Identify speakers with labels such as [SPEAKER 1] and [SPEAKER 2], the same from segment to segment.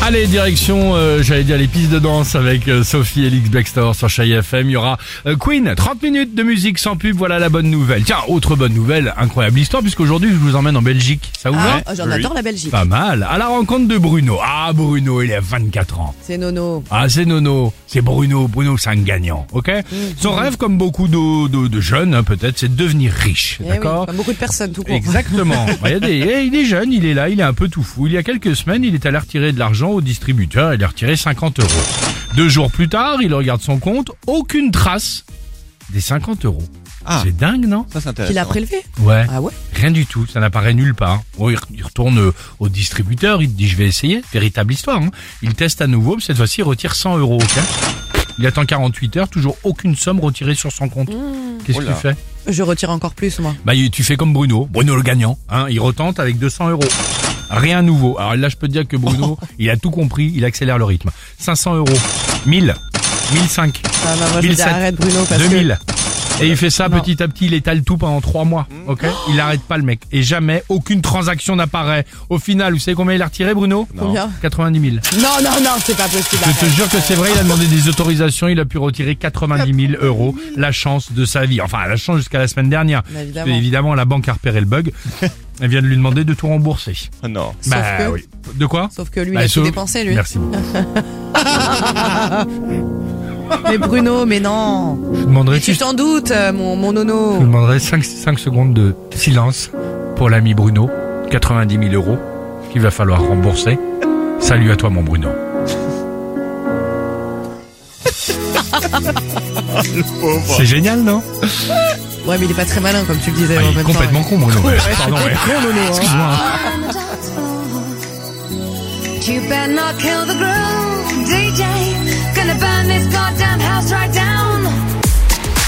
[SPEAKER 1] Allez, direction, euh, j'allais dire les pistes de danse avec euh, Sophie et Lix Blackstore sur Chai FM. Il y aura euh, Queen, 30 minutes de musique sans pub, voilà la bonne nouvelle. Tiens, autre bonne nouvelle, incroyable histoire, puisqu'aujourd'hui je vous emmène en Belgique. Ça vous
[SPEAKER 2] Ah,
[SPEAKER 1] va
[SPEAKER 2] j'en adore la Belgique.
[SPEAKER 1] Pas mal. À la rencontre de Bruno. Ah, Bruno, il a 24 ans.
[SPEAKER 2] C'est Nono.
[SPEAKER 1] Ah, c'est Nono, c'est Bruno. Bruno, c'est un gagnant, ok
[SPEAKER 2] Mm.
[SPEAKER 1] Son rêve, comme beaucoup de, de- de jeunes, hein, peut-être, c'est de devenir riche,
[SPEAKER 2] Eh oui,
[SPEAKER 1] d'accord
[SPEAKER 2] comme beaucoup de personnes, tout court. hein,
[SPEAKER 1] Exactement. Bah, il y a des- eh, il est jeune, il est là, il est un peu tout fou. Il y a quelques semaines, il est allé retirer de l'argent au distributeur, il a retiré 50 euros. Deux jours plus tard, il regarde son compte, aucune trace des 50 euros.
[SPEAKER 3] Ah.
[SPEAKER 1] C'est dingue, non
[SPEAKER 3] Ça, c'est intéressant.
[SPEAKER 2] Qu'il a prélevé
[SPEAKER 1] Ouais.
[SPEAKER 2] Ah ouais
[SPEAKER 1] Rien du tout, ça n'apparaît nulle part. Bon, il re- il retourne euh, au distributeur, il dit je vais essayer, véritable histoire. hein. Il teste à nouveau, mais cette fois-ci il retire 100 euros. ok il attend 48 heures, toujours aucune somme retirée sur son compte. Qu'est-ce que tu
[SPEAKER 3] Oula.
[SPEAKER 1] fais
[SPEAKER 2] Je retire encore plus, moi.
[SPEAKER 1] bah, tu fais comme Bruno, Bruno le gagnant, hein, il retente avec 200 euros. Rien nouveau. Alors là, je peux te dire que Bruno, il a tout compris, il accélère le rythme. 500 euros, 1000, 1005,
[SPEAKER 2] Ah bah, moi, je
[SPEAKER 1] 1007,
[SPEAKER 2] dis arrête, Bruno, parce que...
[SPEAKER 1] 2000. Et il fait ça
[SPEAKER 2] Non. Mm. Oh.
[SPEAKER 1] petit à petit, il étale tout pendant trois mois. Ok, il n'arrête pas le mec. Et jamais aucune transaction n'apparaît. Au final, vous savez combien il a retiré, Bruno
[SPEAKER 2] Combien
[SPEAKER 1] 90 000.
[SPEAKER 2] Non, non, non, c'est pas possible.
[SPEAKER 1] Je te
[SPEAKER 2] arrête.
[SPEAKER 1] jure que c'est vrai, il a demandé des autorisations, il a pu retirer 90 000 euros, la chance de sa vie. Enfin, la chance jusqu'à la semaine dernière.
[SPEAKER 2] Bah,
[SPEAKER 1] Parce
[SPEAKER 2] évidemment.
[SPEAKER 1] que, évidemment, la banque a repéré le bug. Elle vient de lui demander de tout rembourser. Bah,
[SPEAKER 3] Ah Non.
[SPEAKER 2] Sauf que-
[SPEAKER 1] oui. De quoi
[SPEAKER 2] Sauf que lui,
[SPEAKER 1] Bah,
[SPEAKER 2] il a
[SPEAKER 1] sauf-
[SPEAKER 2] tout dépensé, lui. Ah.
[SPEAKER 1] Merci beaucoup.
[SPEAKER 2] Mais Bruno, mais non.
[SPEAKER 1] Je vous demanderai,
[SPEAKER 2] Mais tu t'en doutes, euh, mon, mon
[SPEAKER 1] je vous
[SPEAKER 2] Nono.
[SPEAKER 1] demanderai 5, secondes de silence pour l'ami Bruno. 90 000 euros qu'il va falloir rembourser. Salut à toi, mon Bruno. C'est génial, non
[SPEAKER 2] Ouais, mais il est pas très malin, comme tu le disais.
[SPEAKER 1] Ah,
[SPEAKER 2] en
[SPEAKER 1] il est
[SPEAKER 2] même temps.
[SPEAKER 1] Complètement con, Bruno. ouais. Pardon, ouais.
[SPEAKER 2] Con, Nono, hein.
[SPEAKER 1] Excuse-moi. hein.
[SPEAKER 4] You better not kill the groove, DJ. Gonna burn this goddamn house right down.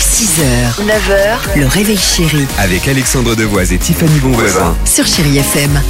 [SPEAKER 5] 6h, 9h, le réveil chéri
[SPEAKER 6] Avec Alexandre Devoise et Tiffany Bonvoisin.
[SPEAKER 5] sur Chéri FM.